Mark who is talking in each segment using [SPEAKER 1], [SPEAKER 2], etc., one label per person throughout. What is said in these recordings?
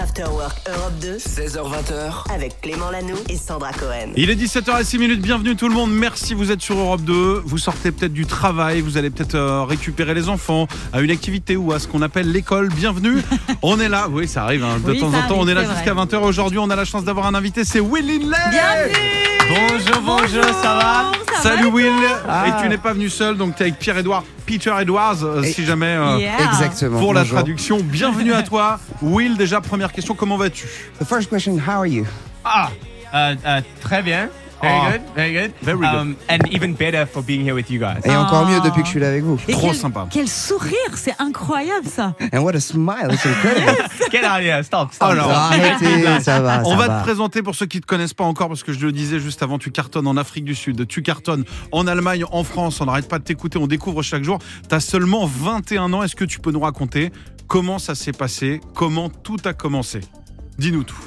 [SPEAKER 1] After Work Europe 2
[SPEAKER 2] 16h20h,
[SPEAKER 1] avec Clément Lano et Sandra Cohen.
[SPEAKER 3] Il est 17h06, bienvenue tout le monde, merci vous êtes sur Europe 2, vous sortez peut-être du travail, vous allez peut-être euh, récupérer les enfants à une activité ou à ce qu'on appelle l'école, bienvenue, on est là, oui ça arrive hein, de
[SPEAKER 4] Oui,
[SPEAKER 3] temps
[SPEAKER 4] ça
[SPEAKER 3] en temps,
[SPEAKER 4] arrive,
[SPEAKER 3] on est là
[SPEAKER 4] c'est
[SPEAKER 3] jusqu'à 20h, aujourd'hui on a la chance d'avoir un invité, c'est Will Inlay Bonjour, bonjour,
[SPEAKER 4] Bonjour,
[SPEAKER 3] ça va
[SPEAKER 4] ça
[SPEAKER 3] Salut
[SPEAKER 4] va,
[SPEAKER 3] Will
[SPEAKER 5] Ah.
[SPEAKER 3] Et tu n'es pas venu seul, donc tu es avec Pierre-Edouard, Peter Edwards, euh,
[SPEAKER 5] Et-
[SPEAKER 3] si jamais... euh,
[SPEAKER 4] Yeah.
[SPEAKER 5] Exactement.
[SPEAKER 3] Pour la
[SPEAKER 5] bonjour.
[SPEAKER 3] traduction, bienvenue à toi. Will, déjà, première question, comment vas-tu
[SPEAKER 5] The first question, how are you?
[SPEAKER 6] Ah, uh, uh, très bien. Very
[SPEAKER 3] Ah.
[SPEAKER 6] good, very good.
[SPEAKER 3] Very good.
[SPEAKER 6] Um, and even better for being here with you guys.
[SPEAKER 5] Et encore mieux depuis que je suis là avec vous.
[SPEAKER 4] Et
[SPEAKER 3] Trop
[SPEAKER 4] quel-
[SPEAKER 3] sympa.
[SPEAKER 4] Quel sourire, c'est incroyable ça.
[SPEAKER 3] Ah.
[SPEAKER 5] And what a smile, it's incredible.
[SPEAKER 6] Get out of here, stop, stop.
[SPEAKER 3] Alors,
[SPEAKER 5] Arrêtez, ça
[SPEAKER 4] Ah,
[SPEAKER 5] va,
[SPEAKER 3] Oh On
[SPEAKER 5] ça
[SPEAKER 3] va,
[SPEAKER 5] va.
[SPEAKER 3] te présenter pour ceux qui ne te connaissent pas encore, parce que je le disais juste avant, tu cartonnes en Afrique du Sud, tu cartonnes en Allemagne, en France, on n'arrête pas de t'écouter, on découvre chaque jour. Tu as seulement 21 ans, est-ce que tu peux nous raconter comment ça s'est passé, comment tout a commencé Dis-nous tout.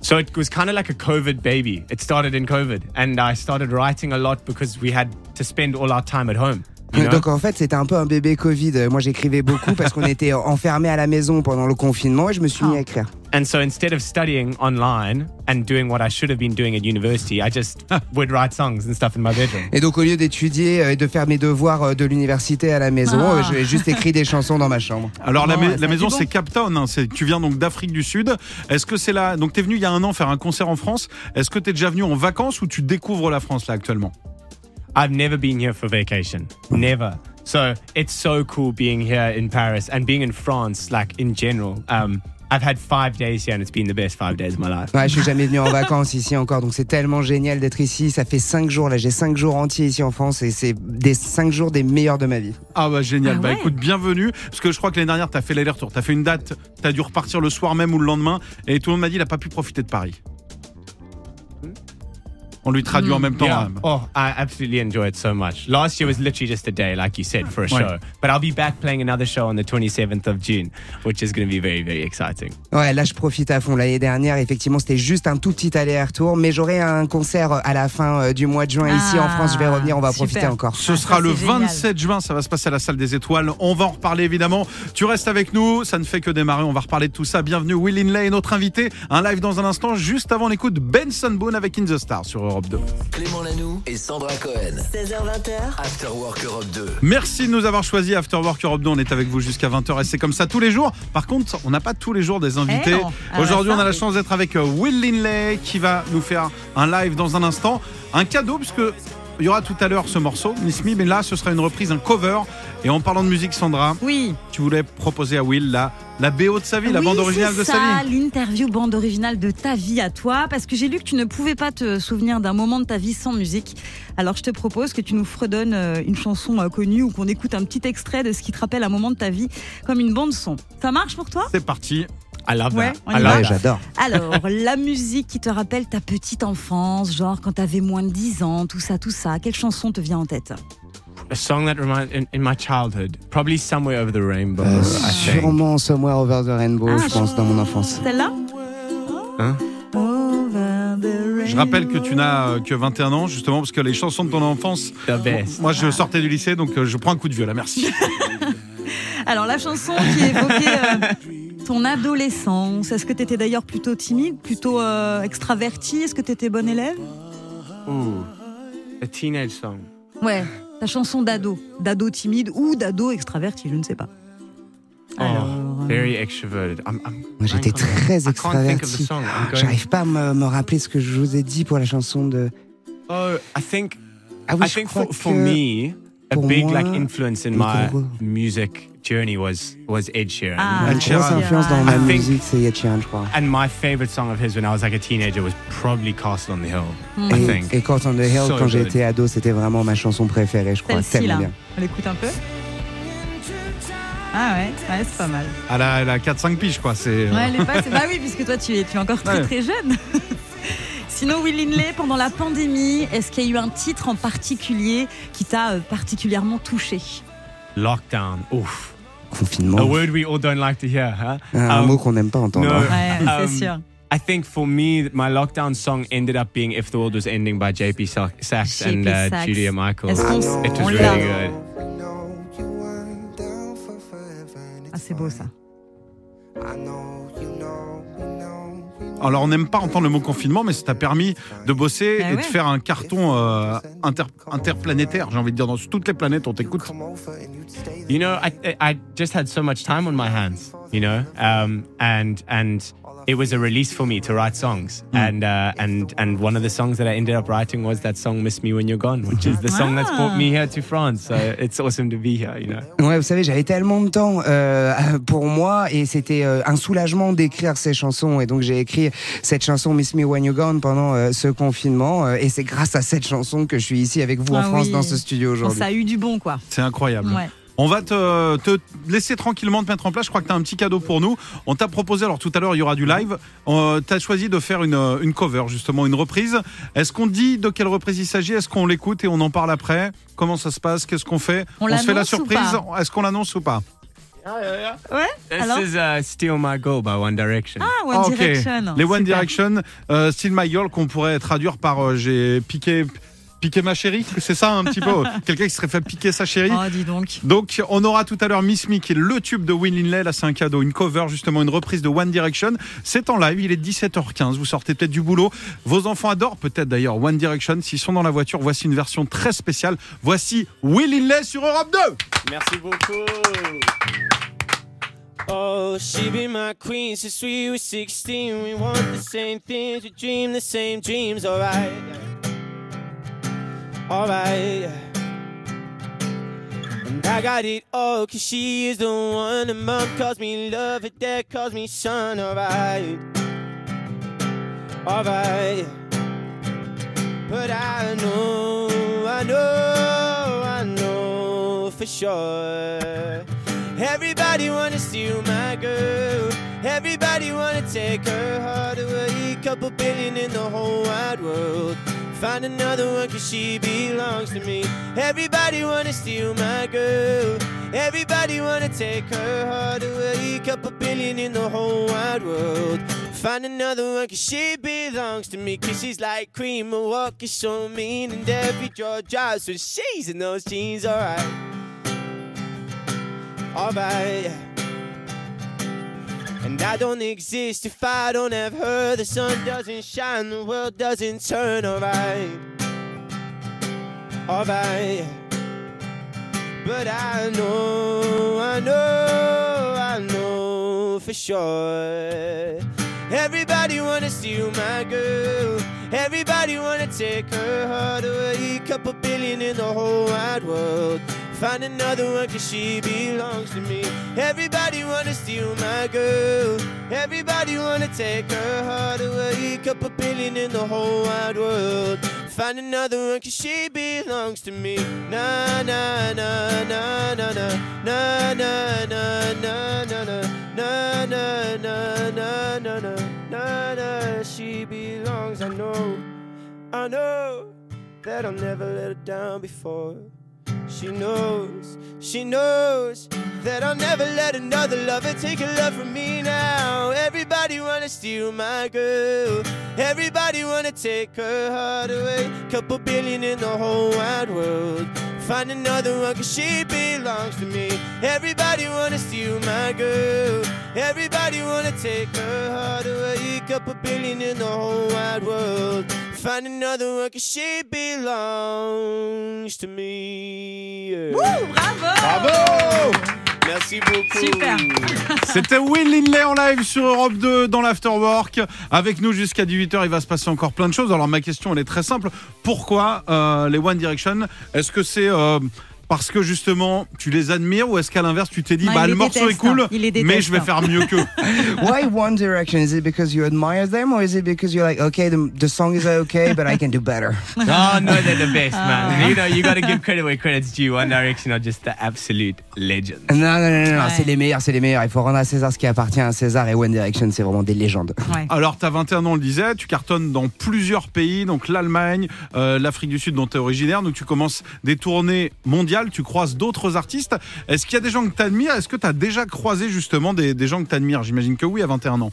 [SPEAKER 6] So it was kind of like a COVID baby. It started in COVID, and I started writing a lot because we had to spend all our time at home. You know?
[SPEAKER 5] Donc en fait, c'était un peu un bébé Covid. Moi, j'écrivais beaucoup parce qu'on était enfermés à la maison pendant le confinement et je me suis mis à écrire.
[SPEAKER 6] And so instead of studying online and doing what I should have been doing at university, I just would write songs and stuff in my bedroom.
[SPEAKER 5] Et donc au lieu d'étudier euh, et de faire mes devoirs euh, de l'université à la maison,
[SPEAKER 4] Ah.
[SPEAKER 5] euh, j'ai juste écrit des chansons dans ma chambre.
[SPEAKER 3] Alors la,
[SPEAKER 4] Bon,
[SPEAKER 3] mai-
[SPEAKER 4] ça a
[SPEAKER 3] la
[SPEAKER 4] été
[SPEAKER 3] maison
[SPEAKER 4] bon.
[SPEAKER 3] c'est Cape Town, hein, c'est- tu viens donc d'Afrique du Sud. Est-ce que c'est là Donc tu es venu il y a un an faire un concert en France. Est-ce que tu es déjà venu en vacances ou tu découvres la France là actuellement
[SPEAKER 6] I've never been here for vacation. Never. So it's so cool being here in Paris and being in France, like in general. Um, I've had five days here and it's been the best five days of my life.
[SPEAKER 5] Ouais, je suis jamais venu en vacances ici encore, donc c'est tellement génial d'être ici. Ça fait cinq jours là, j'ai cinq jours entiers ici en France et c'est des cinq jours des meilleurs de ma vie.
[SPEAKER 3] Ah bah génial,
[SPEAKER 4] Ah
[SPEAKER 3] bah
[SPEAKER 4] ouais.
[SPEAKER 3] écoute, bienvenue, parce que je crois que l'année dernière, t'as fait l'aller-retour, t'as fait une date, t'as dû repartir le soir même ou le lendemain, et tout le monde m'a dit, il a pas pu profiter de Paris.
[SPEAKER 4] Hmm.
[SPEAKER 3] On lui traduit en même temps.
[SPEAKER 6] Yeah.
[SPEAKER 3] hein.
[SPEAKER 6] Oh, I absolutely enjoy it so much. Last year was literally just a day, like you said, for a
[SPEAKER 3] Right.
[SPEAKER 6] show. But I'll be back playing another show on the 27th of June, which is going to be very, very exciting.
[SPEAKER 5] Ouais, là je profite à fond. L'année dernière, effectivement, c'était juste un tout petit aller-retour, mais j'aurai un concert à la fin euh, du mois de juin ici en
[SPEAKER 4] Ah,
[SPEAKER 5] France. Je vais revenir, on va
[SPEAKER 4] super.
[SPEAKER 5] profiter encore.
[SPEAKER 3] Ce
[SPEAKER 4] Ah,
[SPEAKER 3] sera
[SPEAKER 4] ça,
[SPEAKER 3] le
[SPEAKER 4] c'est génial.
[SPEAKER 3] 27 juin, ça va se passer à la salle des étoiles. On va en reparler évidemment. Tu restes avec nous, ça ne fait que démarrer, on va reparler de tout ça. Bienvenue Will Inlay, notre invité. Un live dans un instant, juste avant on écoute Benson Boone avec In the Star sur Europe 2.
[SPEAKER 2] Clément Lanoux et Sandra Cohen.
[SPEAKER 1] 16h20h,
[SPEAKER 2] After Work Europe 2.
[SPEAKER 3] Merci de nous avoir choisi After Work Europe 2. On est avec vous jusqu'à 20h et c'est comme ça tous les jours. Par contre, on n'a pas tous les jours des invités.
[SPEAKER 4] Eh non. Ah ouais,
[SPEAKER 3] Aujourd'hui,
[SPEAKER 4] ça,
[SPEAKER 3] on a la
[SPEAKER 4] oui.
[SPEAKER 3] chance d'être avec euh, Will Linley qui va nous faire un live dans un instant. Un cadeau puisque il y aura tout à l'heure ce morceau, Miss Me, mais là, ce sera une reprise, un cover. Et en parlant de musique, Sandra,
[SPEAKER 4] Oui.
[SPEAKER 3] tu voulais proposer à Will la, la BO de sa vie, la
[SPEAKER 4] Oui,
[SPEAKER 3] bande originale
[SPEAKER 4] c'est
[SPEAKER 3] de sa
[SPEAKER 4] ça,
[SPEAKER 3] vie.
[SPEAKER 4] L'interview bande originale de ta vie à toi, parce que j'ai lu que tu ne pouvais pas te souvenir d'un moment de ta vie sans musique. Alors je te propose que tu nous fredonnes euh, une chanson euh, connue ou qu'on écoute un petit extrait de ce qui te rappelle un moment de ta vie, comme une bande son. Ça marche pour toi
[SPEAKER 3] C'est parti.
[SPEAKER 6] I love
[SPEAKER 4] Ouais,
[SPEAKER 6] that.
[SPEAKER 4] on
[SPEAKER 6] I
[SPEAKER 4] y
[SPEAKER 6] love
[SPEAKER 4] va.
[SPEAKER 6] that.
[SPEAKER 5] j'adore.
[SPEAKER 4] Alors, la musique qui te rappelle ta petite enfance, genre quand t'avais moins de 10 ans, tout ça, tout ça. Quelle chanson te vient en tête
[SPEAKER 6] A song that reminds in, in my childhood, probably somewhere over the rainbow. I think.
[SPEAKER 5] Sûrement Somewhere Over the Rainbow,
[SPEAKER 4] Ah,
[SPEAKER 5] je pense, dans mon enfance.
[SPEAKER 4] Celle-là
[SPEAKER 6] Hein
[SPEAKER 4] Over the
[SPEAKER 3] Je rappelle que tu n'as euh, que 21 ans, justement, parce que les chansons de ton enfance.
[SPEAKER 6] The best.
[SPEAKER 3] Moi,
[SPEAKER 4] Ah.
[SPEAKER 3] je sortais du lycée, donc euh, je prends un coup de vieux là. Merci.
[SPEAKER 4] Alors la chanson qui évoquait euh, ton adolescence, est-ce que tu étais d'ailleurs plutôt timide, plutôt euh, extraverti Est-ce que tu étais bonne élève
[SPEAKER 6] Ooh, a teenage song.
[SPEAKER 4] Ouais, ta chanson d'ado, d'ado timide ou d'ado extraverti, je ne sais pas. Alors,
[SPEAKER 6] Oh, very extroverted. I'm, I'm
[SPEAKER 5] Moi, j'étais
[SPEAKER 6] blank on that.
[SPEAKER 5] très
[SPEAKER 6] I can't think of the
[SPEAKER 5] extraverti.
[SPEAKER 6] song. I'm going-
[SPEAKER 5] J'arrive pas à me, me rappeler ce que je vous ai dit pour la chanson de.
[SPEAKER 6] Oh, I think
[SPEAKER 5] Ah oui,
[SPEAKER 6] I
[SPEAKER 5] je
[SPEAKER 6] think
[SPEAKER 5] crois
[SPEAKER 6] for, for
[SPEAKER 5] que-
[SPEAKER 6] me, a
[SPEAKER 5] pour
[SPEAKER 6] big
[SPEAKER 5] moi,
[SPEAKER 6] like influence in
[SPEAKER 5] le
[SPEAKER 6] my
[SPEAKER 5] gros-
[SPEAKER 6] music journey was was Ed Sheeran.
[SPEAKER 4] Ah,
[SPEAKER 5] La
[SPEAKER 3] Ed
[SPEAKER 5] grosse
[SPEAKER 3] Sheeran.
[SPEAKER 5] influence dans
[SPEAKER 6] I
[SPEAKER 5] ma
[SPEAKER 6] think-
[SPEAKER 5] musique, c'est Ed Sheeran, je crois.
[SPEAKER 6] And my favorite song of his when I was like a teenager was probably Castle on the Hill. I think.
[SPEAKER 5] Et, et Court on the Hill,
[SPEAKER 6] So
[SPEAKER 5] quand
[SPEAKER 6] good.
[SPEAKER 5] j'étais ado, c'était vraiment ma chanson préférée, je crois.
[SPEAKER 4] celle-ci
[SPEAKER 5] Tellement
[SPEAKER 4] là,
[SPEAKER 5] bien.
[SPEAKER 4] on l'écoute un peu Ah ouais, ouais, c'est pas mal.
[SPEAKER 3] Elle a, elle a 4-5 piges, quoi. C'est. euh,
[SPEAKER 4] Ouais, elle est pas- c'est- Bah oui, puisque toi, tu es, tu es encore très
[SPEAKER 3] Ouais.
[SPEAKER 4] très jeune. Sinon, Will Inley, pendant la pandémie, est-ce qu'il y a eu un titre en particulier qui t'a euh, particulièrement touché
[SPEAKER 6] Lockdown. Oof.
[SPEAKER 5] Confinement.
[SPEAKER 6] A word we all don't like to hear, huh?
[SPEAKER 5] Un, un
[SPEAKER 6] Um,
[SPEAKER 5] mot qu'on n'aime pas entendre. hein.
[SPEAKER 6] no.
[SPEAKER 4] Ouais,
[SPEAKER 6] Um,
[SPEAKER 4] c'est sûr.
[SPEAKER 6] I think for me, my lockdown song ended up being "If the World Was Ending" by J.P. Sa- Sachs
[SPEAKER 4] J.P.
[SPEAKER 6] and uh,
[SPEAKER 4] Sachs.
[SPEAKER 6] Julia Michaels.
[SPEAKER 4] Est-ce qu'on s-
[SPEAKER 6] It was
[SPEAKER 4] on
[SPEAKER 6] really
[SPEAKER 4] l'a
[SPEAKER 6] good.
[SPEAKER 4] Ah, c'est beau ça.
[SPEAKER 3] Alors, on n'aime pas entendre le mot confinement, mais ça t'a permis de bosser
[SPEAKER 4] Ah
[SPEAKER 3] et
[SPEAKER 4] ouais.
[SPEAKER 3] de faire un carton euh, inter- interplanétaire, j'ai envie de dire. Dans toutes les planètes, on t'écoute.
[SPEAKER 6] You know, I, I- I just had so much time on my hands, you know, um, and and it was a release for me to write songs. And uh, and and one of the songs that I ended up writing was that song "Miss Me When You're Gone," which is the song that's brought me here to France. So it's awesome to be here, you know.
[SPEAKER 5] Ouais, vous savez, j'avais tellement de temps euh, pour moi et c'était euh, un soulagement d'écrire ces chansons. Et donc j'ai écrit cette chanson Miss Me When You Gone pendant euh, ce confinement. euh, et c'est grâce à cette chanson que je suis ici avec vous en
[SPEAKER 4] Ah
[SPEAKER 5] France
[SPEAKER 4] oui.
[SPEAKER 5] dans ce studio aujourd'hui.
[SPEAKER 4] Ça a eu du bon, quoi.
[SPEAKER 3] C'est incroyable.
[SPEAKER 4] Ouais.
[SPEAKER 3] On va te, te laisser tranquillement te mettre en place. Je crois que tu as un petit cadeau pour nous. On t'a proposé, alors tout à l'heure, il y aura du live. tu as choisi de faire une, euh, une cover, justement, une reprise. Est-ce qu'on dit de quelle reprise il s'agit Est-ce qu'on l'écoute et on en parle après Comment ça se passe Qu'est-ce qu'on fait
[SPEAKER 4] On
[SPEAKER 3] se fait la
[SPEAKER 4] l'annonce ou
[SPEAKER 3] surprise Est-ce qu'on l'annonce ou pas
[SPEAKER 4] Ouais
[SPEAKER 6] This
[SPEAKER 4] Alors
[SPEAKER 6] is uh, "Steal My Girl" by One Direction.
[SPEAKER 4] Ah, One
[SPEAKER 3] Ah, ok.
[SPEAKER 4] Direction.
[SPEAKER 3] Les One
[SPEAKER 4] Super.
[SPEAKER 3] Direction, euh, Still My Girl, qu'on pourrait traduire par euh, J'ai piqué, piqué ma chérie. C'est ça, un petit peu Quelqu'un qui se serait fait piquer sa chérie
[SPEAKER 4] Oh, dis donc.
[SPEAKER 3] Donc, on aura tout à l'heure Miss Me, qui est le tube de Will Inlay. Là, c'est un cadeau, une cover, justement, une reprise de One Direction. C'est en live, il est 17h15. Vous sortez peut-être du boulot. Vos enfants adorent peut-être d'ailleurs One Direction. S'ils sont dans la voiture, voici une version très spéciale. Voici Will Inlay sur Europe 2.
[SPEAKER 7] Merci beaucoup. Oh, she be my queen since we were 16. We want the same things, we dream the same dreams, alright. Alright. And I got it all, cause she is the one. And mom calls me love, and dad calls me son, alright. Alright. But I know, I know, I know for sure. Everybody wanna steal my girl. Everybody wanna take her heart away. Couple billion in the whole wide world. Find another one cause she belongs to me. Everybody wanna steal my girl. Everybody wanna take her heart away. Couple billion in the whole wide world. Find another one cause she belongs to me. Cause she's like cream of walk is so mean. And every jaw drives with she's in those jeans, alright. Alright. And I don't exist if I don't have her. The sun doesn't shine, the world doesn't turn, alright. Alright. But I know, I know, I know for sure. Everybody wanna steal my girl. Everybody wanna take her heart away. Couple billion in the whole wide world. Find another one cause she belongs to me. Everybody wanna steal my girl. Everybody wanna take her heart away. Couple billion in the whole wide world. Find another one cause she belongs to me. Na na na na na na na na na na na na na na na na na na na na she belongs I know I know that I'll never let her down before she knows, she knows that I'll never let another lover take her love from me now. Everybody wanna steal my girl. Everybody wanna take her heart away. Couple billion in the whole wide world. Find another one cause she belongs to me. Everybody wanna steal my girl. Everybody wanna take her heart away. Couple billion in the whole wide world. Find another one cause she belongs to me.
[SPEAKER 4] Ouh, bravo
[SPEAKER 7] Merci beaucoup.
[SPEAKER 4] Super.
[SPEAKER 3] C'était Will Inlay en live sur Europe 2 dans l'Afterwork. Avec nous jusqu'à 18h, il va se passer encore plein de choses. Alors ma question, elle est très simple. Pourquoi euh, les One Direction Est-ce que c'est euh, parce que justement tu les admires ou est-ce qu'à l'inverse tu t'es dit
[SPEAKER 4] Non, il
[SPEAKER 3] bah
[SPEAKER 4] les
[SPEAKER 3] le morceau est
[SPEAKER 4] déteste,
[SPEAKER 3] cool
[SPEAKER 4] hein. Il les déteste,
[SPEAKER 3] mais je vais
[SPEAKER 4] hein.
[SPEAKER 3] faire mieux qu'eux
[SPEAKER 5] Why One Direction? Is it because you admire them or is it because you're like, okay, the, the song is okay, but I can do better?
[SPEAKER 6] oh no, they're the best, man. You know, you got to give credit where credit's due. One Direction are just the absolute legends.
[SPEAKER 5] Non, non, non, non, non,
[SPEAKER 4] Ouais.
[SPEAKER 5] c'est les meilleurs, c'est les meilleurs. Il faut rendre à César ce qui appartient à César et One Direction, c'est vraiment des légendes.
[SPEAKER 4] Ouais.
[SPEAKER 3] Alors, tu as 21 ans, on le disait, tu cartonnes dans plusieurs pays, donc l'Allemagne, euh, l'Afrique du Sud dont tu es originaire, donc tu commences des tournées mondiales, tu croises d'autres artistes. Est-ce qu'il y a des gens que tu admires Est-ce que tu as déjà croisé justement des, des gens que tu admires J'imagine que oui à 21 ans.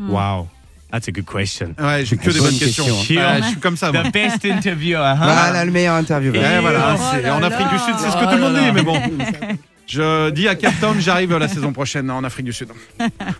[SPEAKER 6] Wow, that's a good question.
[SPEAKER 3] Ouais, j'ai que
[SPEAKER 5] C'est
[SPEAKER 3] des
[SPEAKER 5] une
[SPEAKER 3] bonnes questions.
[SPEAKER 5] question,
[SPEAKER 6] hein.
[SPEAKER 3] Ouais, je suis comme ça. moi.
[SPEAKER 6] The best interviewer, huh?
[SPEAKER 4] Ah.
[SPEAKER 5] Voilà le meilleur interview.
[SPEAKER 3] Ouais,
[SPEAKER 6] Et
[SPEAKER 3] voilà,
[SPEAKER 6] oh
[SPEAKER 3] c'est-
[SPEAKER 6] là
[SPEAKER 3] en Afrique du
[SPEAKER 6] là.
[SPEAKER 3] Sud, c'est ce que
[SPEAKER 6] Oh
[SPEAKER 3] tout le monde
[SPEAKER 6] là
[SPEAKER 3] dit,
[SPEAKER 6] là.
[SPEAKER 3] mais bon. Je dis à Cape Town, j'arrive la saison prochaine en Afrique du Sud.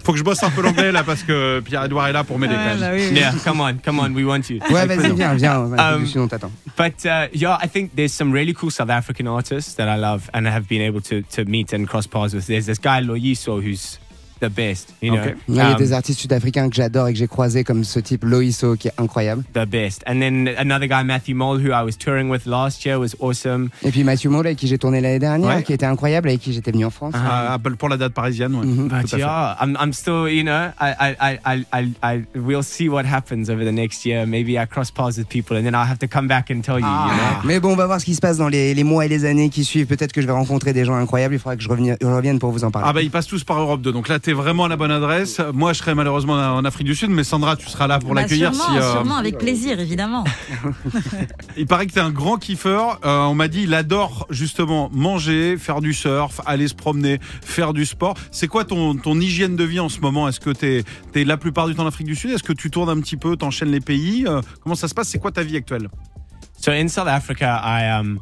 [SPEAKER 3] Faut que je bosse un peu l'anglais là parce que Pierre-Edouard est là pour m'aider
[SPEAKER 4] Ah,
[SPEAKER 3] quand
[SPEAKER 4] bah
[SPEAKER 3] même.
[SPEAKER 4] oui, oui.
[SPEAKER 6] Yeah, come on, come on, we want you.
[SPEAKER 5] Ouais, vas-y, viens, viens.
[SPEAKER 6] Euh,
[SPEAKER 5] Je suis on t'attend.
[SPEAKER 6] But uh, yeah, I think there's some really cool South African artists that I love and have been able to, to meet and cross paths with. There's this guy Loyiso who's the best, you know,
[SPEAKER 3] Okay.
[SPEAKER 5] Il y a
[SPEAKER 6] Um,
[SPEAKER 5] des artistes sud-africains que j'adore et que j'ai croisés comme ce type Loïso qui est incroyable.
[SPEAKER 6] the best. And then another guy Matthew Mole who I was touring with last year was awesome.
[SPEAKER 5] Et puis Mathieu Mollet qui j'ai tourné l'année dernière,
[SPEAKER 3] Ouais.
[SPEAKER 5] qui était incroyable et avec qui j'étais venu en France.
[SPEAKER 3] Ah, Apple pour la date parisienne. ouais.
[SPEAKER 6] But
[SPEAKER 3] Tout à fait.
[SPEAKER 6] yeah, I'm, I'm still, you know, I, I, I, I, I, I, we'll see what happens over the next year. Maybe I cross paths with people and then I'll have to come back and tell you,
[SPEAKER 3] Ah.
[SPEAKER 6] you know.
[SPEAKER 5] Mais bon, on va voir ce qui se passe dans les, les mois et les années qui suivent. Peut-être que je vais rencontrer des gens incroyables. Il faudra que je revienne, je revienne pour vous en parler.
[SPEAKER 3] Ah bah ils passent tous par Europe 2, donc là t'es vraiment à la bonne adresse. Moi je serai malheureusement en Afrique du Sud, mais Sandra tu seras là pour
[SPEAKER 4] Bah,
[SPEAKER 3] l'accueillir.
[SPEAKER 4] sûrement,
[SPEAKER 3] si, euh,
[SPEAKER 4] sûrement, avec plaisir, évidemment.
[SPEAKER 3] Il paraît que t'es un grand kiffeur. Euh, on m'a dit il adore justement manger, faire du surf, aller se promener, faire du sport. C'est quoi ton, ton hygiène de vie en ce moment Est-ce que t'es es la plupart du temps en Afrique du Sud Est-ce que tu tournes un petit peu, t'enchaînes les pays Euh, Comment ça se passe C'est quoi ta vie actuelle
[SPEAKER 6] So in South Africa, I um,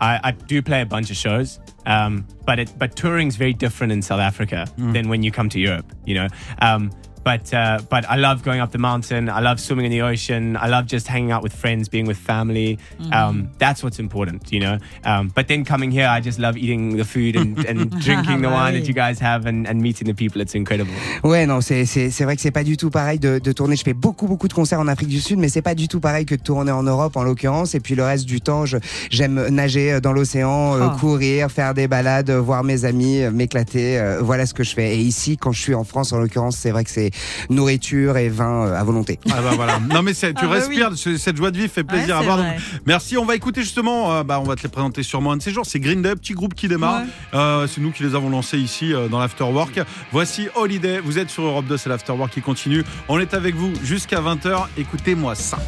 [SPEAKER 6] I, I do play a bunch of shows, um, but it but touring's very different in South Africa than when you come to Europe, you know. Um, but uh, but I love going up the mountain. I love swimming in the ocean. I love just hanging out with friends, being with family. Um, that's what's important, you know. Um, but then coming here, I just love eating the food and, and drinking the wine that you guys have and, and meeting the people. It's incredible.
[SPEAKER 5] Ouais, non, c'est c'est- c'est vrai que c'est pas du tout pareil de, de tourner. Je fais beaucoup, beaucoup de concerts en Afrique du Sud, mais c'est pas du tout pareil que de tourner en Europe, en l'occurrence. Et puis le reste du temps, je- j'aime nager dans l'océan, euh,
[SPEAKER 3] Ah.
[SPEAKER 4] Oh.
[SPEAKER 5] courir, faire des balades, voir mes amis, euh, m'éclater. euh, voilà ce que je fais. Et ici, quand je suis en France, en l'occurrence, c'est vrai que c'est nourriture et vin euh, à volonté.
[SPEAKER 3] Ah bah voilà. Non mais c'est- tu
[SPEAKER 4] Ah bah
[SPEAKER 3] respires, ce- cette joie de vivre fait plaisir
[SPEAKER 4] Ouais,
[SPEAKER 3] à
[SPEAKER 4] c'est
[SPEAKER 3] voir. Donc,
[SPEAKER 4] vrai.
[SPEAKER 3] merci, on va écouter justement, euh, bah, on va te les présenter sûrement un de ces jours, c'est Green Day, petit groupe qui démarre.
[SPEAKER 4] Ouais.
[SPEAKER 3] Euh, c'est nous qui les avons lancés ici euh, dans l'Afterwork. Voici Holiday, vous êtes sur Europe 2, c'est l'Afterwork qui continue. On est avec vous jusqu'à 20h, écoutez-moi ça.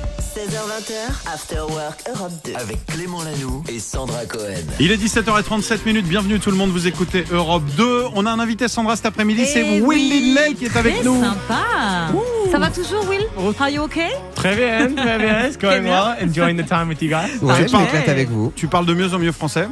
[SPEAKER 1] 16h20h, After Work Europe 2.
[SPEAKER 2] Avec Clément Lanoux et Sandra Cohen.
[SPEAKER 3] Il est 17h37 minutes, bienvenue tout le monde, vous écoutez Europe 2. On a un invité Sandra cet après-midi, c'est
[SPEAKER 4] Eh oui,
[SPEAKER 3] Will Lindley qui est avec
[SPEAKER 4] très
[SPEAKER 3] nous.
[SPEAKER 4] sympa. Ça va toujours, Will Are you okay
[SPEAKER 6] Très bien, très bien. It's going well. Enjoying the time with you guys.
[SPEAKER 5] Ouais, je
[SPEAKER 3] parles-
[SPEAKER 5] m'éclate avec vous.
[SPEAKER 3] Tu parles de mieux en mieux français.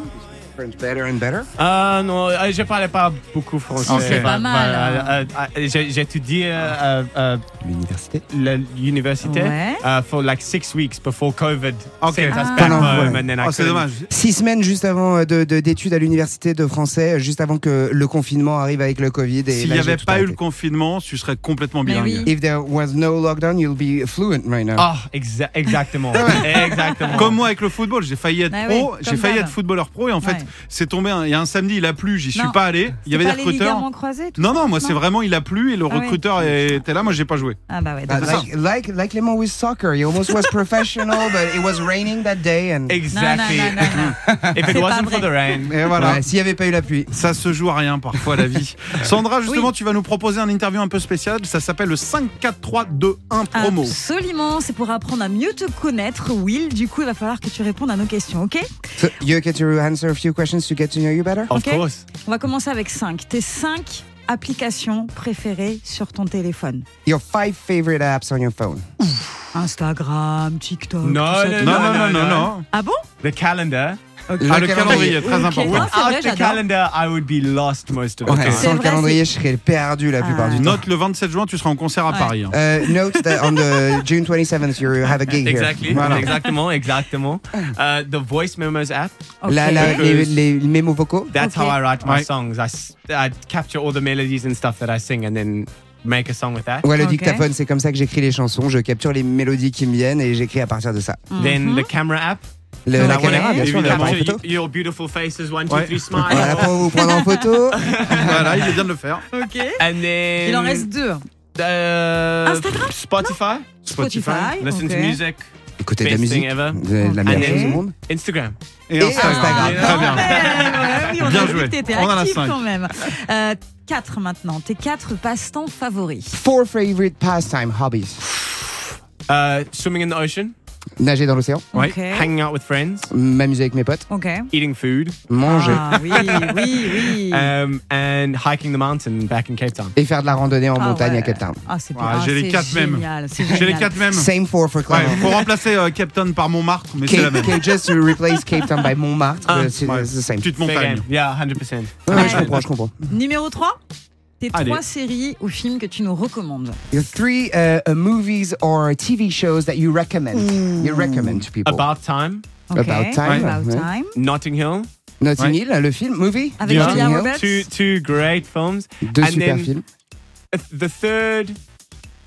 [SPEAKER 5] Better and better.
[SPEAKER 6] Ah non, euh, je parlais pas beaucoup français.
[SPEAKER 3] Ok. C'est
[SPEAKER 4] pas
[SPEAKER 6] Bah,
[SPEAKER 4] mal,
[SPEAKER 6] bah,
[SPEAKER 4] hein.
[SPEAKER 6] euh, euh, j'ai- J'étudiais euh, euh,
[SPEAKER 5] L'université.
[SPEAKER 6] euh, l'université
[SPEAKER 4] Ouais.
[SPEAKER 6] euh, for like six weeks before COVID.
[SPEAKER 3] Ok.
[SPEAKER 6] Sent us
[SPEAKER 4] Ah.
[SPEAKER 6] back
[SPEAKER 5] Pendant-
[SPEAKER 6] home
[SPEAKER 5] ouais.
[SPEAKER 6] and then I
[SPEAKER 3] Oh, c'est
[SPEAKER 6] couldn't-
[SPEAKER 3] dommage.
[SPEAKER 5] Six semaines juste avant euh, de- de- d'études à l'université de français, euh, juste avant que le confinement arrive avec le Covid. et
[SPEAKER 3] S'il
[SPEAKER 5] là,
[SPEAKER 3] n'y
[SPEAKER 5] j'ai
[SPEAKER 3] avait
[SPEAKER 5] tout
[SPEAKER 3] pas eu
[SPEAKER 5] arrêté.
[SPEAKER 3] le confinement, tu serais complètement
[SPEAKER 4] Mais
[SPEAKER 3] bilingue.
[SPEAKER 4] oui.
[SPEAKER 5] If there was no lockdown, you'll be fluent right now.
[SPEAKER 6] Ah, exa- exactement. exactement.
[SPEAKER 3] Comme moi avec le football, j'ai failli être
[SPEAKER 4] Ah
[SPEAKER 3] pro,
[SPEAKER 4] oui,
[SPEAKER 3] j'ai
[SPEAKER 4] comme
[SPEAKER 3] failli
[SPEAKER 4] d'hab.
[SPEAKER 3] être footballeur pro et en fait,
[SPEAKER 4] Ouais.
[SPEAKER 3] c'est tombé. un- Il y a un samedi, il a plu, j'y suis
[SPEAKER 4] Non.
[SPEAKER 3] pas allé. Il y avait des
[SPEAKER 4] pas les
[SPEAKER 3] recruteurs.
[SPEAKER 4] ligaments croisés tout
[SPEAKER 3] Non,
[SPEAKER 4] ça
[SPEAKER 3] non, moi c'est vraiment, il a plu et le
[SPEAKER 4] Ah ouais.
[SPEAKER 3] recruteur était là, moi j'ai pas joué.
[SPEAKER 4] Ah bah ouais,
[SPEAKER 5] Uh,
[SPEAKER 4] d'accord.
[SPEAKER 5] like, like like Lemon with soccer, he almost was professional, but it was raining that day. And...
[SPEAKER 4] Non, non,
[SPEAKER 6] Exactly.
[SPEAKER 4] non, non, non.
[SPEAKER 6] If it
[SPEAKER 4] C'est pas
[SPEAKER 6] wasn't for
[SPEAKER 4] vrai.
[SPEAKER 6] the rain.
[SPEAKER 5] Et voilà, s'il n'y avait pas eu la pluie.
[SPEAKER 3] Ça se joue à rien parfois la vie. Sandra, justement, tu vas nous proposer un interview un peu spécial. Ça s'appelle le 5-4-3-2-1 promo.
[SPEAKER 4] Absolument, c'est pour apprendre à mieux te connaître, Will. Du coup, il va falloir que tu répondes à nos questions, ok
[SPEAKER 5] So you get to answer a few questions to get to know you better.
[SPEAKER 6] Of
[SPEAKER 4] Ok.
[SPEAKER 6] course.
[SPEAKER 4] On va commencer avec 5. Tes 5 applications préférées sur ton téléphone
[SPEAKER 5] Your five favorite apps on your phone.
[SPEAKER 4] Instagram, TikTok.
[SPEAKER 6] Non,
[SPEAKER 4] tout ça,
[SPEAKER 6] non,
[SPEAKER 4] tout
[SPEAKER 3] Non,
[SPEAKER 4] ça.
[SPEAKER 3] non, non, non,
[SPEAKER 6] non,
[SPEAKER 3] non.
[SPEAKER 4] Ah bon
[SPEAKER 6] The calendar.
[SPEAKER 3] Ah, le calendrier, très
[SPEAKER 4] Ok.
[SPEAKER 3] important.
[SPEAKER 4] Non, Ah, c'est vrai,
[SPEAKER 6] Without the
[SPEAKER 4] j'adore.
[SPEAKER 6] calendar, I would be lost most of the
[SPEAKER 5] Ouais,
[SPEAKER 6] time.
[SPEAKER 4] C'est
[SPEAKER 5] sans le
[SPEAKER 4] vrai,
[SPEAKER 5] calendrier, je serais perdu la plupart
[SPEAKER 4] Ah.
[SPEAKER 5] du temps.
[SPEAKER 3] Note le 27 juin, tu seras en concert à
[SPEAKER 4] Ouais.
[SPEAKER 3] Paris. hein.
[SPEAKER 5] Euh, note that on the June 27th, you have a gig
[SPEAKER 6] Exactly.
[SPEAKER 5] here. Voilà.
[SPEAKER 6] Exactement. Exactement. Euh, the voice memos app.
[SPEAKER 4] Ok.
[SPEAKER 5] Là, là, les, les mémos vocaux.
[SPEAKER 6] That's
[SPEAKER 4] Okay.
[SPEAKER 6] how I write my
[SPEAKER 3] Right.
[SPEAKER 6] songs. I, s- I capture all the melodies and stuff that I sing and then make a song with that.
[SPEAKER 5] Ouais, le
[SPEAKER 4] Ok.
[SPEAKER 5] dictaphone, c'est comme ça que j'écris les chansons. Je capture les mélodies qui me viennent et j'écris à partir de ça.
[SPEAKER 4] Mm-hmm.
[SPEAKER 6] Then the camera app.
[SPEAKER 4] Ouais.
[SPEAKER 5] Le- la
[SPEAKER 6] I wanna
[SPEAKER 5] caméra, bien sûr, la
[SPEAKER 3] Évidemment.
[SPEAKER 5] caméra
[SPEAKER 6] capture
[SPEAKER 5] photo.
[SPEAKER 6] y- your beautiful faces, one, two,
[SPEAKER 3] Ouais.
[SPEAKER 6] three, smile.
[SPEAKER 5] Voilà pour vous prendre en photo.
[SPEAKER 3] voilà, il est bien de le faire.
[SPEAKER 4] Ok.
[SPEAKER 6] And then.
[SPEAKER 4] Il en reste deux.
[SPEAKER 6] euh,
[SPEAKER 4] Instagram
[SPEAKER 6] Spotify.
[SPEAKER 4] Spotify.
[SPEAKER 6] Listen to
[SPEAKER 4] ok.
[SPEAKER 6] music.
[SPEAKER 5] Écoutez de la
[SPEAKER 6] Best
[SPEAKER 5] musique,
[SPEAKER 6] thing ever.
[SPEAKER 5] de la meilleure
[SPEAKER 6] Annette.
[SPEAKER 5] chose au monde.
[SPEAKER 6] Instagram.
[SPEAKER 3] Et,
[SPEAKER 5] Et
[SPEAKER 3] Instagram.
[SPEAKER 5] Instagram.
[SPEAKER 3] Très bien.
[SPEAKER 4] Eh Ouais, oui, on
[SPEAKER 3] Bien
[SPEAKER 4] a vu
[SPEAKER 3] joué.
[SPEAKER 4] que t'étais
[SPEAKER 3] On en a
[SPEAKER 4] actif
[SPEAKER 3] cinq.
[SPEAKER 4] quand même. Euh, quatre maintenant. Tes quatre passe-temps favoris.
[SPEAKER 5] Four favorite pastime hobbies.
[SPEAKER 6] Uh, swimming in the ocean.
[SPEAKER 5] Nager dans l'océan,
[SPEAKER 6] right?
[SPEAKER 4] Okay.
[SPEAKER 6] Hanging out with friends,
[SPEAKER 5] m'amuser avec mes potes,
[SPEAKER 4] Ok.
[SPEAKER 6] eating food,
[SPEAKER 5] manger
[SPEAKER 4] Ah oui, oui, oui.
[SPEAKER 3] Euh,
[SPEAKER 6] um, and hiking the mountain back in Cape Town.
[SPEAKER 5] et faire de la randonnée en
[SPEAKER 4] Ah
[SPEAKER 5] montagne
[SPEAKER 4] ouais.
[SPEAKER 5] à Cape Town.
[SPEAKER 4] Ah, c'est bien.
[SPEAKER 3] Ah,
[SPEAKER 4] Ah,
[SPEAKER 3] j'ai les
[SPEAKER 4] c'est
[SPEAKER 3] quatre mêmes.
[SPEAKER 4] génial, c'est
[SPEAKER 3] J'ai les
[SPEAKER 4] génial.
[SPEAKER 3] quatre mêmes.
[SPEAKER 5] Same for for
[SPEAKER 3] Ouais,
[SPEAKER 5] Clermont.
[SPEAKER 3] faut remplacer euh, Cape Town par Montmartre, mais c'est la
[SPEAKER 5] Cape,
[SPEAKER 3] même.
[SPEAKER 5] Cape- just replace Cape Town by Montmartre.
[SPEAKER 6] Ah,
[SPEAKER 5] but it's-
[SPEAKER 3] ouais.
[SPEAKER 5] it's the same.
[SPEAKER 3] Petite
[SPEAKER 6] Fair
[SPEAKER 3] montagne.
[SPEAKER 6] game. Yeah, 100%.
[SPEAKER 5] Ouais, je
[SPEAKER 4] Ouais.
[SPEAKER 5] comprends, je comprends.
[SPEAKER 4] Numéro 3 tes
[SPEAKER 3] Allez.
[SPEAKER 4] trois séries ou films que tu nous recommandes.
[SPEAKER 5] Your three uh, uh, movies or TV shows that you recommend. You recommend to people.
[SPEAKER 6] About time,
[SPEAKER 4] Ok.
[SPEAKER 5] About Time,
[SPEAKER 4] About
[SPEAKER 5] ouais.
[SPEAKER 4] Time.
[SPEAKER 6] Notting Hill.
[SPEAKER 5] Notting
[SPEAKER 3] Ouais.
[SPEAKER 5] Hill, le film, movie.
[SPEAKER 4] Avec
[SPEAKER 6] Yeah.
[SPEAKER 4] Julia
[SPEAKER 5] Notting Hill.
[SPEAKER 4] Roberts.
[SPEAKER 6] Two two great films.
[SPEAKER 5] Deux
[SPEAKER 6] And
[SPEAKER 5] super
[SPEAKER 6] then-
[SPEAKER 5] films.
[SPEAKER 6] The third,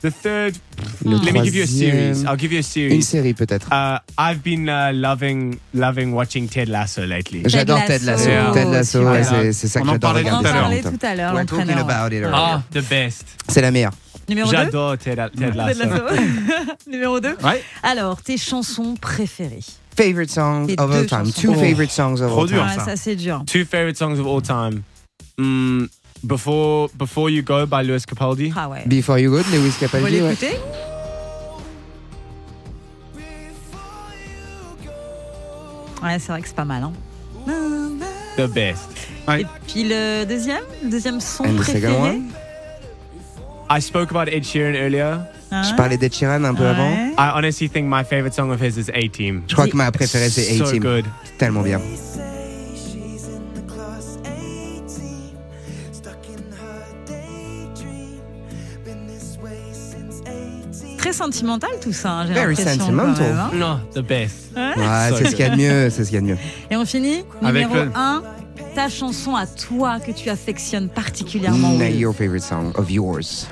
[SPEAKER 6] the third.
[SPEAKER 5] Le
[SPEAKER 6] Let me give you a series. Ah,
[SPEAKER 5] troisième.
[SPEAKER 6] I'll give you a
[SPEAKER 5] Une
[SPEAKER 6] series.
[SPEAKER 5] série Ah peut-être.
[SPEAKER 6] Uh, I've been uh, loving loving watching Ted Lasso lately.
[SPEAKER 5] J'adore Ted Lasso.
[SPEAKER 6] Lasso.
[SPEAKER 5] Ted Lasso,
[SPEAKER 4] Super.
[SPEAKER 5] ouais, c'est c'est ça
[SPEAKER 3] On
[SPEAKER 5] que
[SPEAKER 3] en
[SPEAKER 5] j'adore
[SPEAKER 3] parlait
[SPEAKER 4] On en
[SPEAKER 5] regarder.
[SPEAKER 4] parlait tout à l'heure,
[SPEAKER 5] We're talking
[SPEAKER 4] l'entraîneur.
[SPEAKER 5] about it already.
[SPEAKER 6] Ah, the best.
[SPEAKER 5] C'est la meilleure.
[SPEAKER 4] Numéro 2
[SPEAKER 6] J'adore Ted, Ted Lasso.
[SPEAKER 4] Numéro 2
[SPEAKER 3] Ouais.
[SPEAKER 4] Alors, tes chansons préférées.
[SPEAKER 5] Favorite songs
[SPEAKER 4] Les
[SPEAKER 5] of all
[SPEAKER 4] deux
[SPEAKER 5] time.
[SPEAKER 4] chansons.
[SPEAKER 5] Two
[SPEAKER 4] Oh.
[SPEAKER 5] favorite songs of
[SPEAKER 3] Trop
[SPEAKER 5] all
[SPEAKER 3] dur.
[SPEAKER 5] time.
[SPEAKER 4] Ah,
[SPEAKER 3] ça.
[SPEAKER 4] ça, c'est dur.
[SPEAKER 6] Two favorite songs of all time. Mm, before Before You Go by Lewis Capaldi.
[SPEAKER 4] Ah ouais.
[SPEAKER 5] Before You Go de Lewis
[SPEAKER 4] On va
[SPEAKER 5] Capaldi. ouais.
[SPEAKER 4] l'écouter Ouais, c'est vrai que c'est pas mal. hein.
[SPEAKER 6] The best.
[SPEAKER 3] Ouais.
[SPEAKER 4] Et puis le deuxième, le deuxième son
[SPEAKER 5] And the second
[SPEAKER 4] préféré.
[SPEAKER 5] one.
[SPEAKER 6] I spoke about Ed Sheeran earlier.
[SPEAKER 4] Hein
[SPEAKER 5] Je parlais d'Ed Sheeran un peu
[SPEAKER 4] Ouais.
[SPEAKER 5] avant.
[SPEAKER 6] I honestly think my favorite song of his is A Team.
[SPEAKER 5] Je crois que ma préférée c'est
[SPEAKER 6] So
[SPEAKER 5] A-Team.
[SPEAKER 6] good.
[SPEAKER 5] Tellement bien.
[SPEAKER 4] Très sentimental tout ça. hein, j'ai
[SPEAKER 5] Very
[SPEAKER 4] l'impression,
[SPEAKER 5] sentimental.
[SPEAKER 4] quand même, hein.
[SPEAKER 6] No, the best.
[SPEAKER 5] Ouais,
[SPEAKER 6] So
[SPEAKER 5] c'est ce qu'il y a de mieux, c'est ce qu'il y a de mieux.
[SPEAKER 4] Et on finit
[SPEAKER 3] Avec
[SPEAKER 4] numéro
[SPEAKER 3] le-
[SPEAKER 4] 1, ta chanson à toi que tu affectionnes particulièrement.
[SPEAKER 5] Mm,
[SPEAKER 4] Will.
[SPEAKER 5] Your favorite song of yours.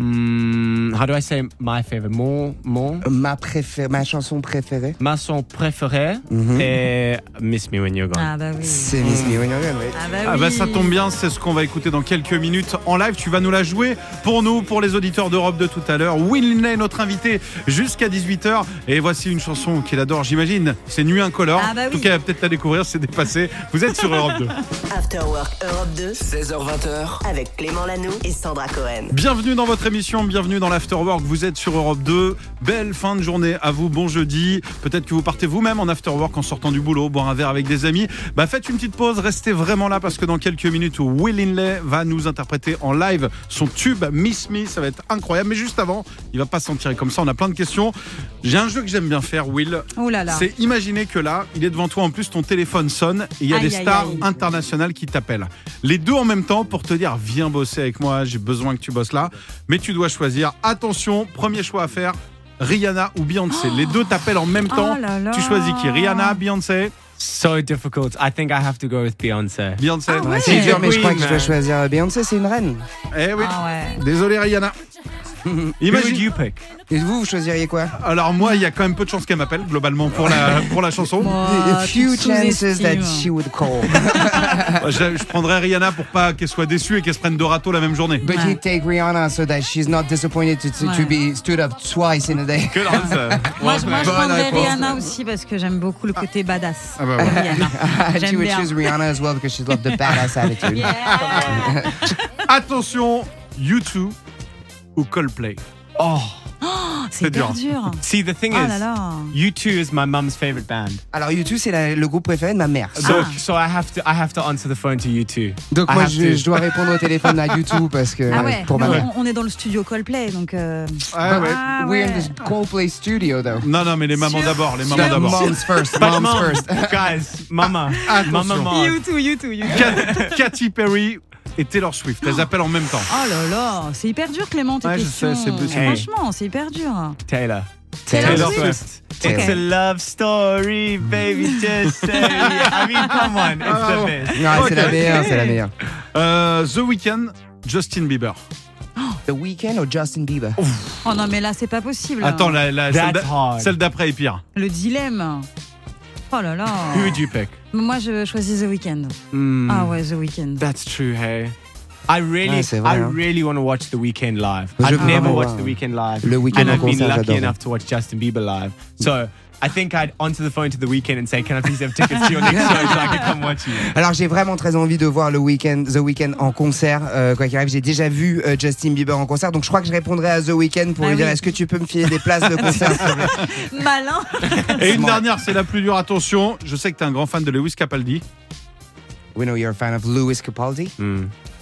[SPEAKER 6] Mm, how do I say my favorite? More, more.
[SPEAKER 5] Ma préfé- ma chanson préférée,
[SPEAKER 6] Ma son préférée est Miss Me When You're Gone.
[SPEAKER 4] Ah bah oui.
[SPEAKER 5] c'est Miss Me When You're Gone, oui.
[SPEAKER 4] Ah bah,
[SPEAKER 3] Ah bah
[SPEAKER 4] oui.
[SPEAKER 3] ça tombe bien, c'est ce qu'on va écouter dans quelques minutes en live. Tu vas nous la jouer pour nous, pour les auditeurs d'Europe de tout à l'heure. Will Ney, notre invité, jusqu'à 18h. Et voici une chanson qu'il adore, j'imagine. C'est Nuit Incolore.
[SPEAKER 4] Ah bah
[SPEAKER 3] En
[SPEAKER 4] oui.
[SPEAKER 3] tout cas, elle va peut-être la découvrir, c'est dépassé. Vous êtes sur Europe 2.
[SPEAKER 1] After Work Europe 2
[SPEAKER 2] 16h20h,
[SPEAKER 1] avec Clément Lanoux et Sandra Cohen.
[SPEAKER 3] Bienvenue dans votre émission, bienvenue dans l'Afterwork. Vous êtes sur Europe 2. Belle fin de journée à vous, bon jeudi. Peut-être que vous partez vous-même en Afterwork en sortant du boulot, boire un verre avec des amis. Bah faites une petite pause, restez vraiment là parce que dans quelques minutes, Will Inley va nous interpréter en live son tube Miss Me. Ça va être incroyable. Mais juste avant, il va pas s'en tirer comme ça. On a plein de questions. J'ai un jeu que j'aime bien faire, Will.
[SPEAKER 4] Oh là là.
[SPEAKER 3] C'est imaginer que là, il est devant toi, en plus ton téléphone sonne et il y a
[SPEAKER 4] Aïe,
[SPEAKER 3] des
[SPEAKER 4] aïe,
[SPEAKER 3] stars
[SPEAKER 4] aïe.
[SPEAKER 3] internationales qui t'appellent. Les deux en même temps pour te dire viens bosser avec moi, j'ai besoin que tu bosses là. Mais tu dois choisir. Attention, premier choix à faire, Rihanna ou Beyoncé. Les deux t'appellent en même
[SPEAKER 4] Oh
[SPEAKER 3] temps.
[SPEAKER 4] là là.
[SPEAKER 3] Tu choisis qui Rihanna, Beyoncé
[SPEAKER 6] So difficult. I think I have to go with Beyonce.
[SPEAKER 3] Beyoncé.
[SPEAKER 4] Ah ouais.
[SPEAKER 5] C'est dur, mais je
[SPEAKER 6] Queen,
[SPEAKER 5] crois que je dois
[SPEAKER 6] man.
[SPEAKER 5] choisir Beyoncé, c'est une reine.
[SPEAKER 3] Eh oui.
[SPEAKER 4] Ah ouais.
[SPEAKER 3] Désolé Rihanna.
[SPEAKER 6] Who would
[SPEAKER 3] Imagine.
[SPEAKER 6] you pick?
[SPEAKER 5] Et vous, vous choisiriez quoi
[SPEAKER 3] Alors moi, il y a quand même peu de chances qu'elle m'appelle globalement pour la pour la chanson.
[SPEAKER 4] Oh,
[SPEAKER 5] A few
[SPEAKER 4] tu te
[SPEAKER 5] chances that
[SPEAKER 4] sous-estimes.
[SPEAKER 5] she would call.
[SPEAKER 3] Je, je prendrais Rihanna pour pas qu'elle soit déçue et qu'elle se prenne deux râteaux la même journée.
[SPEAKER 5] But
[SPEAKER 4] Ouais.
[SPEAKER 5] you take Rihanna so that she's not disappointed to, to, to
[SPEAKER 4] Ouais.
[SPEAKER 5] be stood up twice in a day.
[SPEAKER 6] Good answer.
[SPEAKER 4] Moi, je, moi, je
[SPEAKER 5] Bonne
[SPEAKER 4] prendrais
[SPEAKER 5] réponse.
[SPEAKER 4] Rihanna aussi parce que j'aime beaucoup le côté badass.
[SPEAKER 3] Ah bah voilà.
[SPEAKER 4] Rihanna.
[SPEAKER 5] And she
[SPEAKER 4] J'aime
[SPEAKER 5] would
[SPEAKER 4] bien.
[SPEAKER 5] choose Rihanna as well because she's loved the badass attitude.
[SPEAKER 4] Yeah.
[SPEAKER 3] Attention, U2 ou Coldplay.
[SPEAKER 6] oh,
[SPEAKER 4] C'est hyper dur.
[SPEAKER 6] see the thing
[SPEAKER 4] Oh là
[SPEAKER 6] is,
[SPEAKER 4] là.
[SPEAKER 6] U2 is my mum's favorite band.
[SPEAKER 5] Alors, U2, c'est la- le groupe préféré de ma mère.
[SPEAKER 6] So,
[SPEAKER 4] Ah.
[SPEAKER 6] so I have to I have to answer the phone to U2.
[SPEAKER 5] Donc,
[SPEAKER 6] I
[SPEAKER 5] moi,
[SPEAKER 6] have
[SPEAKER 5] je,
[SPEAKER 6] to.
[SPEAKER 5] je dois répondre au téléphone à U2 parce que
[SPEAKER 4] Ah ouais,
[SPEAKER 5] pour ma
[SPEAKER 4] non,
[SPEAKER 5] mère.
[SPEAKER 4] on on est dans le studio Coldplay, donc... euh,
[SPEAKER 3] Ah ouais.
[SPEAKER 4] Ah
[SPEAKER 5] We're
[SPEAKER 4] ouais.
[SPEAKER 5] in the Coldplay studio, though.
[SPEAKER 3] Non, non, mais les mamans
[SPEAKER 4] Sûr.
[SPEAKER 3] d'abord, les mamans
[SPEAKER 4] Sûr.
[SPEAKER 3] d'abord.
[SPEAKER 5] Moms first,
[SPEAKER 6] But
[SPEAKER 5] moms
[SPEAKER 6] mom,
[SPEAKER 5] first.
[SPEAKER 6] guys, mama, mama,
[SPEAKER 3] attention.
[SPEAKER 6] Mars.
[SPEAKER 4] You too, you too, you too.
[SPEAKER 3] Kat- Katy Perry et Taylor Swift, elles appellent en même temps.
[SPEAKER 4] Oh là là, c'est hyper dur Clément, tes
[SPEAKER 3] Ouais, je
[SPEAKER 4] questions.
[SPEAKER 3] sais, c'est plus-
[SPEAKER 6] Hey.
[SPEAKER 4] Franchement, c'est hyper dur.
[SPEAKER 6] Taylor.
[SPEAKER 4] Taylor Swift.
[SPEAKER 6] It's
[SPEAKER 4] Okay.
[SPEAKER 6] a love story, baby. Just say. I mean, come on, it's the
[SPEAKER 5] Oh.
[SPEAKER 6] best.
[SPEAKER 5] Ouais,
[SPEAKER 3] Ok.
[SPEAKER 5] c'est la meilleure, c'est la meilleure.
[SPEAKER 3] Euh, The Weeknd, Justin Bieber.
[SPEAKER 5] The Weeknd ou Justin Bieber
[SPEAKER 4] Oh non, mais là, c'est pas possible.
[SPEAKER 3] Attends, la, la- celle
[SPEAKER 6] That's
[SPEAKER 3] d'a-
[SPEAKER 6] hard.
[SPEAKER 3] celle d'après est pire.
[SPEAKER 4] Le dilemme. Oh là là.
[SPEAKER 6] Who would you pick?
[SPEAKER 4] Moi, je choisis The Weeknd.
[SPEAKER 6] Mm,
[SPEAKER 4] Ah ouais, The Weeknd.
[SPEAKER 6] That's true, hey. I really,
[SPEAKER 5] Ouais, c'est vrai,
[SPEAKER 6] I
[SPEAKER 5] hein.
[SPEAKER 6] really want to watch The Weeknd live.
[SPEAKER 5] Je
[SPEAKER 6] I've
[SPEAKER 5] peux
[SPEAKER 6] never
[SPEAKER 5] vraiment
[SPEAKER 6] watched
[SPEAKER 5] voir.
[SPEAKER 6] The Weeknd live,
[SPEAKER 5] Le Weeknd
[SPEAKER 6] and
[SPEAKER 5] en
[SPEAKER 6] I've been
[SPEAKER 5] concert,
[SPEAKER 6] lucky
[SPEAKER 5] j'adore.
[SPEAKER 6] enough to watch Justin Bieber live. So I think I'd answer the phone to The Weeknd and say, "Can I please have tickets to your next show so I can come watch you?"
[SPEAKER 5] Alors j'ai vraiment très envie de voir le week-end, The Weeknd en concert. Euh, quoi qu'il arrive, j'ai déjà vu euh, Justin Bieber en concert, donc je crois que je répondrai à The Weeknd pour
[SPEAKER 4] Ah
[SPEAKER 5] lui dire
[SPEAKER 4] oui.
[SPEAKER 5] est-ce que tu peux me filer des places de concert s'il te plaît
[SPEAKER 4] Malin. Oh
[SPEAKER 3] Et une dernière, c'est la plus dure. Attention, je sais que t'es un grand fan de Lewis Capaldi.
[SPEAKER 5] We know you're a fan of Lewis
[SPEAKER 4] Mm.
[SPEAKER 5] Capaldi.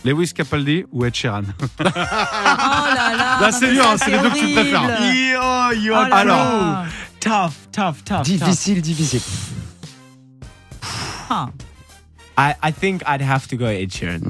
[SPEAKER 3] Lewis Capaldi ou Ed Sheeran
[SPEAKER 4] Oh là là.
[SPEAKER 3] Là, c'est
[SPEAKER 4] mais
[SPEAKER 3] dur,
[SPEAKER 4] ça,
[SPEAKER 3] hein, c'est les deux que tu préfères.
[SPEAKER 4] horrible.
[SPEAKER 6] Yo, yo,
[SPEAKER 4] Oh là
[SPEAKER 3] Alors.
[SPEAKER 4] là.
[SPEAKER 6] tough, tough, tough. tough.
[SPEAKER 5] Difficile, difficile.
[SPEAKER 4] Ah.
[SPEAKER 6] I, I think I'd have to go Ed Sheeran.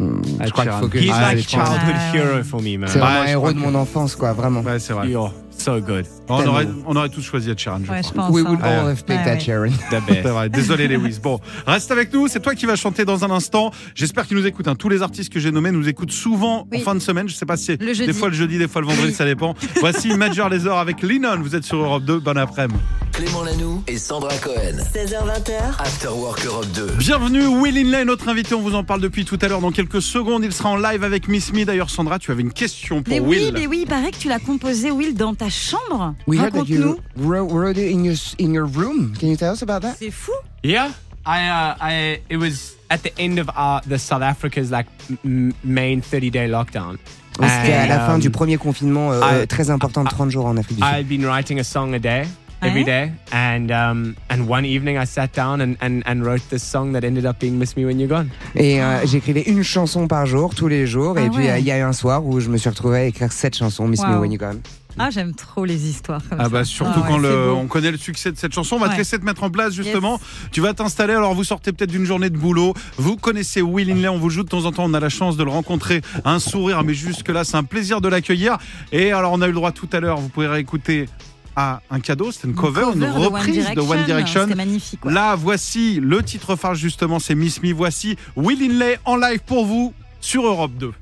[SPEAKER 5] Je crois qu'il faut que
[SPEAKER 6] He's
[SPEAKER 5] Ah,
[SPEAKER 6] like
[SPEAKER 5] je pense-
[SPEAKER 6] childhood
[SPEAKER 4] Ah, ouais.
[SPEAKER 6] hero for me, man.
[SPEAKER 5] C'est vraiment
[SPEAKER 3] Ouais,
[SPEAKER 5] un
[SPEAKER 3] je
[SPEAKER 5] héros
[SPEAKER 3] crois
[SPEAKER 5] de mon enfance, quoi, vraiment.
[SPEAKER 3] Ouais, c'est vrai.
[SPEAKER 6] Yo, so good.
[SPEAKER 3] On
[SPEAKER 5] tellement.
[SPEAKER 3] aurait, on aurait tous choisi Ed Sheeran, je
[SPEAKER 4] Ouais, je
[SPEAKER 3] crois.
[SPEAKER 4] pense.
[SPEAKER 5] We
[SPEAKER 4] hein.
[SPEAKER 5] will all
[SPEAKER 3] Ouais.
[SPEAKER 5] respect
[SPEAKER 4] Ouais,
[SPEAKER 5] that,
[SPEAKER 4] ouais.
[SPEAKER 5] Sharon.
[SPEAKER 6] The best.
[SPEAKER 3] C'est vrai. Désolé, Lewis. Bon, reste avec nous. C'est toi qui vas chanter dans un instant. J'espère qu'ils nous écoutent. hein. Tous les artistes que j'ai nommés nous écoutent souvent
[SPEAKER 4] Oui.
[SPEAKER 3] en fin de semaine. Je sais pas si
[SPEAKER 4] Le jeudi.
[SPEAKER 3] des fois le jeudi, des fois le vendredi, ça dépend. Voici Major Lazer avec Linon. Vous êtes sur Europe 2. Bon après-midi.
[SPEAKER 2] Clément Lanoux et Sandra Cohen.
[SPEAKER 1] 16h20h,
[SPEAKER 2] After Work Europe 2.
[SPEAKER 3] Bienvenue, Will Inlay, notre invité. On vous en parle depuis tout à l'heure. Dans quelques secondes, il sera en live avec Miss Me. D'ailleurs, Sandra, tu avais une question pour
[SPEAKER 4] Mais oui,
[SPEAKER 3] Will.
[SPEAKER 4] mais oui, il paraît que tu l'as composé, Will, dans ta chambre.
[SPEAKER 5] We heard that
[SPEAKER 4] Raconte-nous.
[SPEAKER 5] you wrote, wrote it in your, in your room. Can you tell us about that?
[SPEAKER 4] C'est fou.
[SPEAKER 6] Yeah, I, uh, I, it was at the end of our, the South Africa's like m- m- main 30-day lockdown.
[SPEAKER 5] Oui, C'était à la
[SPEAKER 6] And,
[SPEAKER 5] fin
[SPEAKER 6] um,
[SPEAKER 5] du premier confinement
[SPEAKER 3] Ah,
[SPEAKER 5] euh, euh,
[SPEAKER 6] I-
[SPEAKER 5] très important de 30 jours en Afrique du Sud.
[SPEAKER 6] I'd been writing a song a day, every
[SPEAKER 4] Eh?
[SPEAKER 6] day, and um, and one evening I sat down and, and, and wrote this song that ended up being "Miss Me When You're Gone."
[SPEAKER 5] Et euh, j'écrivais une chanson par jour, tous les jours.
[SPEAKER 4] Ah
[SPEAKER 5] et puis
[SPEAKER 4] ouais.
[SPEAKER 5] euh, il y a eu un soir où je me suis retrouvé à écrire cette chanson, Miss Me
[SPEAKER 4] Wow.
[SPEAKER 5] When You Come.
[SPEAKER 4] Ah, j'aime trop les histoires comme
[SPEAKER 3] Ah
[SPEAKER 4] ça.
[SPEAKER 3] bah surtout
[SPEAKER 4] Ah ouais,
[SPEAKER 3] quand le,
[SPEAKER 4] c'est beau.
[SPEAKER 3] on connaît le succès de cette chanson, on va te
[SPEAKER 4] Ouais.
[SPEAKER 3] laisser te mettre en place justement. Tu vas t'installer, alors vous sortez peut-être d'une journée de boulot, vous connaissez Will Inlay, on vous le joue de temps en temps, on a la chance de le rencontrer, un sourire, mais jusque là c'est un plaisir de l'accueillir. Et alors on a eu le droit tout à l'heure, vous pouvez réécouter à un cadeau, c'était une cover, une
[SPEAKER 4] Cover
[SPEAKER 3] reprise de One Direction.
[SPEAKER 4] C'était magnifique. ouais.
[SPEAKER 3] Là voici le titre phare justement, c'est Miss Me, voici Will Inlay en live pour vous sur Europe 2.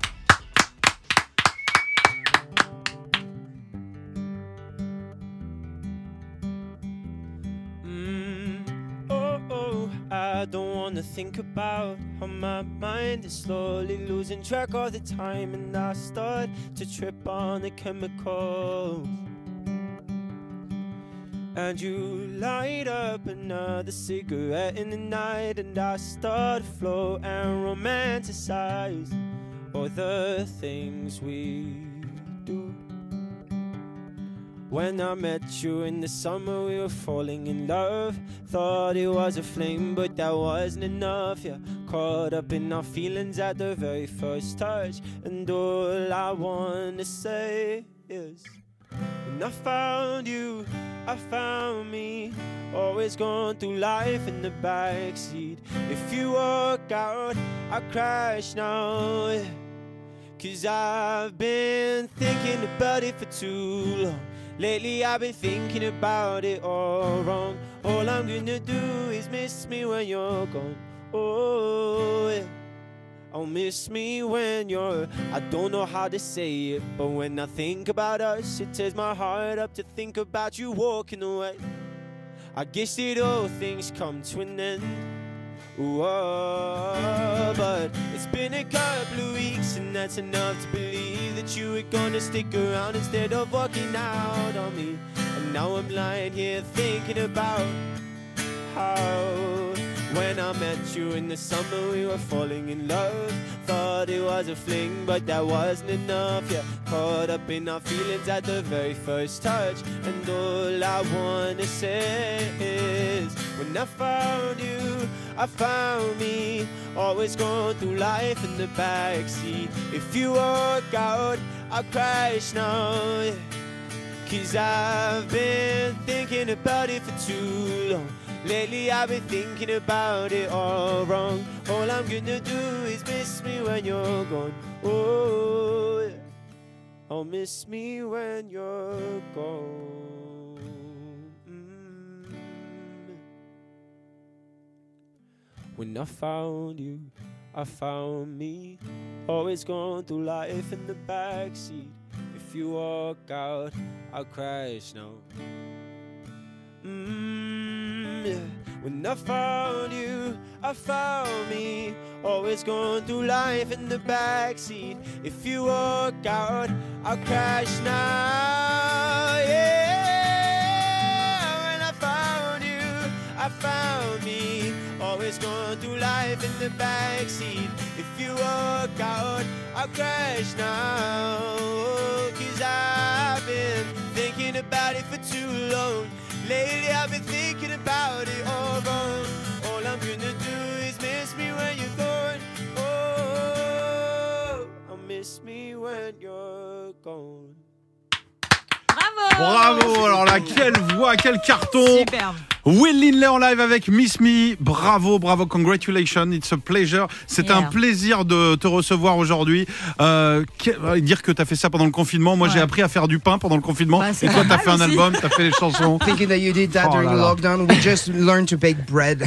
[SPEAKER 7] Mm, oh, oh, I don't wanna think about how my mind is slowly losing track all the time, and I start to trip on the chemicals. And you light up another cigarette in the night, and I start to flow and romanticize all the things we do. When I met you in the summer, we were falling in love. Thought it was a fling, but that wasn't enough. Yeah, caught up in our feelings at the very first touch. And all I wanna say is, and I found you, I found me. Always going through life in the backseat. If you walk out, I crash now. yeah. Cause I've been thinking about it for too long. Lately I've been thinking about it all wrong. All I'm gonna do is miss me when you're gone. Oh, yeah. Oh, miss me when you're. I don't know how to say it, but when I think about us, it tears my heart up to think about you walking away. I guess it all things come to an end. Whoa, but it's been a couple of weeks, and that's enough to believe that you were gonna stick around instead of walking out on me. And now I'm lying here thinking about how when I met you in the summer we were falling in love. Thought it was a fling, but that wasn't enough. Yeah, caught up in our feelings at the very first touch. And all I wanna say is when I found you, I found me. Always going through life in the backseat. If you walk out, I'll crash now. yeah. Cause I've been thinking about it for too long. Lately I've been thinking about it all wrong. All I'm gonna do is miss me when you're gone. Oh, yeah. oh miss me when you're gone. Mm. When I found you, I found me. Always going through life in the backseat. If you walk out, I'll crash now. Mm, yeah. When I found you, I found me. Always going through life in the backseat. If you walk out, I'll crash now. Yeah, when I found you, I found me. Always going through life in the backseat. If you walk out, I'll crash now. Cause I've been thinking about it for too long. Lately, I've been thinking about it all wrong. All I'm gonna do is miss me when you're gone. Oh, I'll miss me when you're gone.
[SPEAKER 4] Bravo
[SPEAKER 3] Bravo Ah, Alors là, quelle voix, quel carton
[SPEAKER 4] Superbe.
[SPEAKER 3] Will Lindley en live avec Miss Me. Bravo, bravo, congratulations, it's a pleasure. C'est
[SPEAKER 4] Yeah.
[SPEAKER 3] un plaisir de te recevoir aujourd'hui. Euh, que- dire que t'as fait ça pendant le confinement. Moi, j'ai
[SPEAKER 4] Ouais.
[SPEAKER 3] appris à faire du pain pendant le confinement.
[SPEAKER 4] Bah, c'est
[SPEAKER 3] Et toi,
[SPEAKER 4] pas
[SPEAKER 3] t'as
[SPEAKER 4] mal
[SPEAKER 3] fait un
[SPEAKER 4] aussi.
[SPEAKER 3] album, t'as fait les chansons.
[SPEAKER 5] Thinking that you did that
[SPEAKER 3] Oh
[SPEAKER 5] during
[SPEAKER 3] là là.
[SPEAKER 5] lockdown, we just learned to bake bread.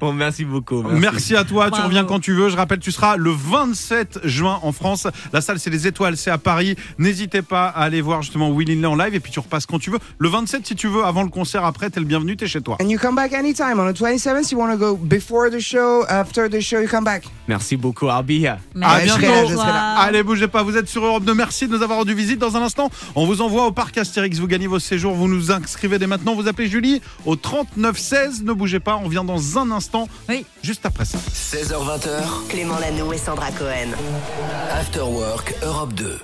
[SPEAKER 6] Bon, merci beaucoup.
[SPEAKER 3] Merci à toi, tu
[SPEAKER 4] Bravo.
[SPEAKER 3] reviens quand tu veux. Je rappelle, tu seras le 27 juin en France. La salle, c'est les étoiles, c'est à Paris. N'hésitez pas à aller voir justement Will Lindley en live et puis tu repasses quand tu veux. Le 27, si tu veux, avant le concert, après, t'es le bienvenu, t'es chez toi.
[SPEAKER 5] and you come back anytime. On the 27th, you want to go before the show, after the show, you come back.
[SPEAKER 6] Merci beaucoup. I'll be here.
[SPEAKER 3] À
[SPEAKER 5] je
[SPEAKER 3] bientôt.
[SPEAKER 5] serai là, je serai là.
[SPEAKER 4] Ah.
[SPEAKER 3] Allez, bougez pas, vous êtes sur Europe 2. Merci de nous avoir rendu visite dans un instant. On vous envoie au parc Astérix, vous gagnez vos séjours, vous nous inscrivez dès maintenant, vous appelez Julie au 3916. Ne bougez pas, on vient dans un instant,
[SPEAKER 4] Oui.
[SPEAKER 3] juste après ça.
[SPEAKER 2] 16h20,
[SPEAKER 1] Clément Lano et Sandra Cohen.
[SPEAKER 2] After Work Europe 2.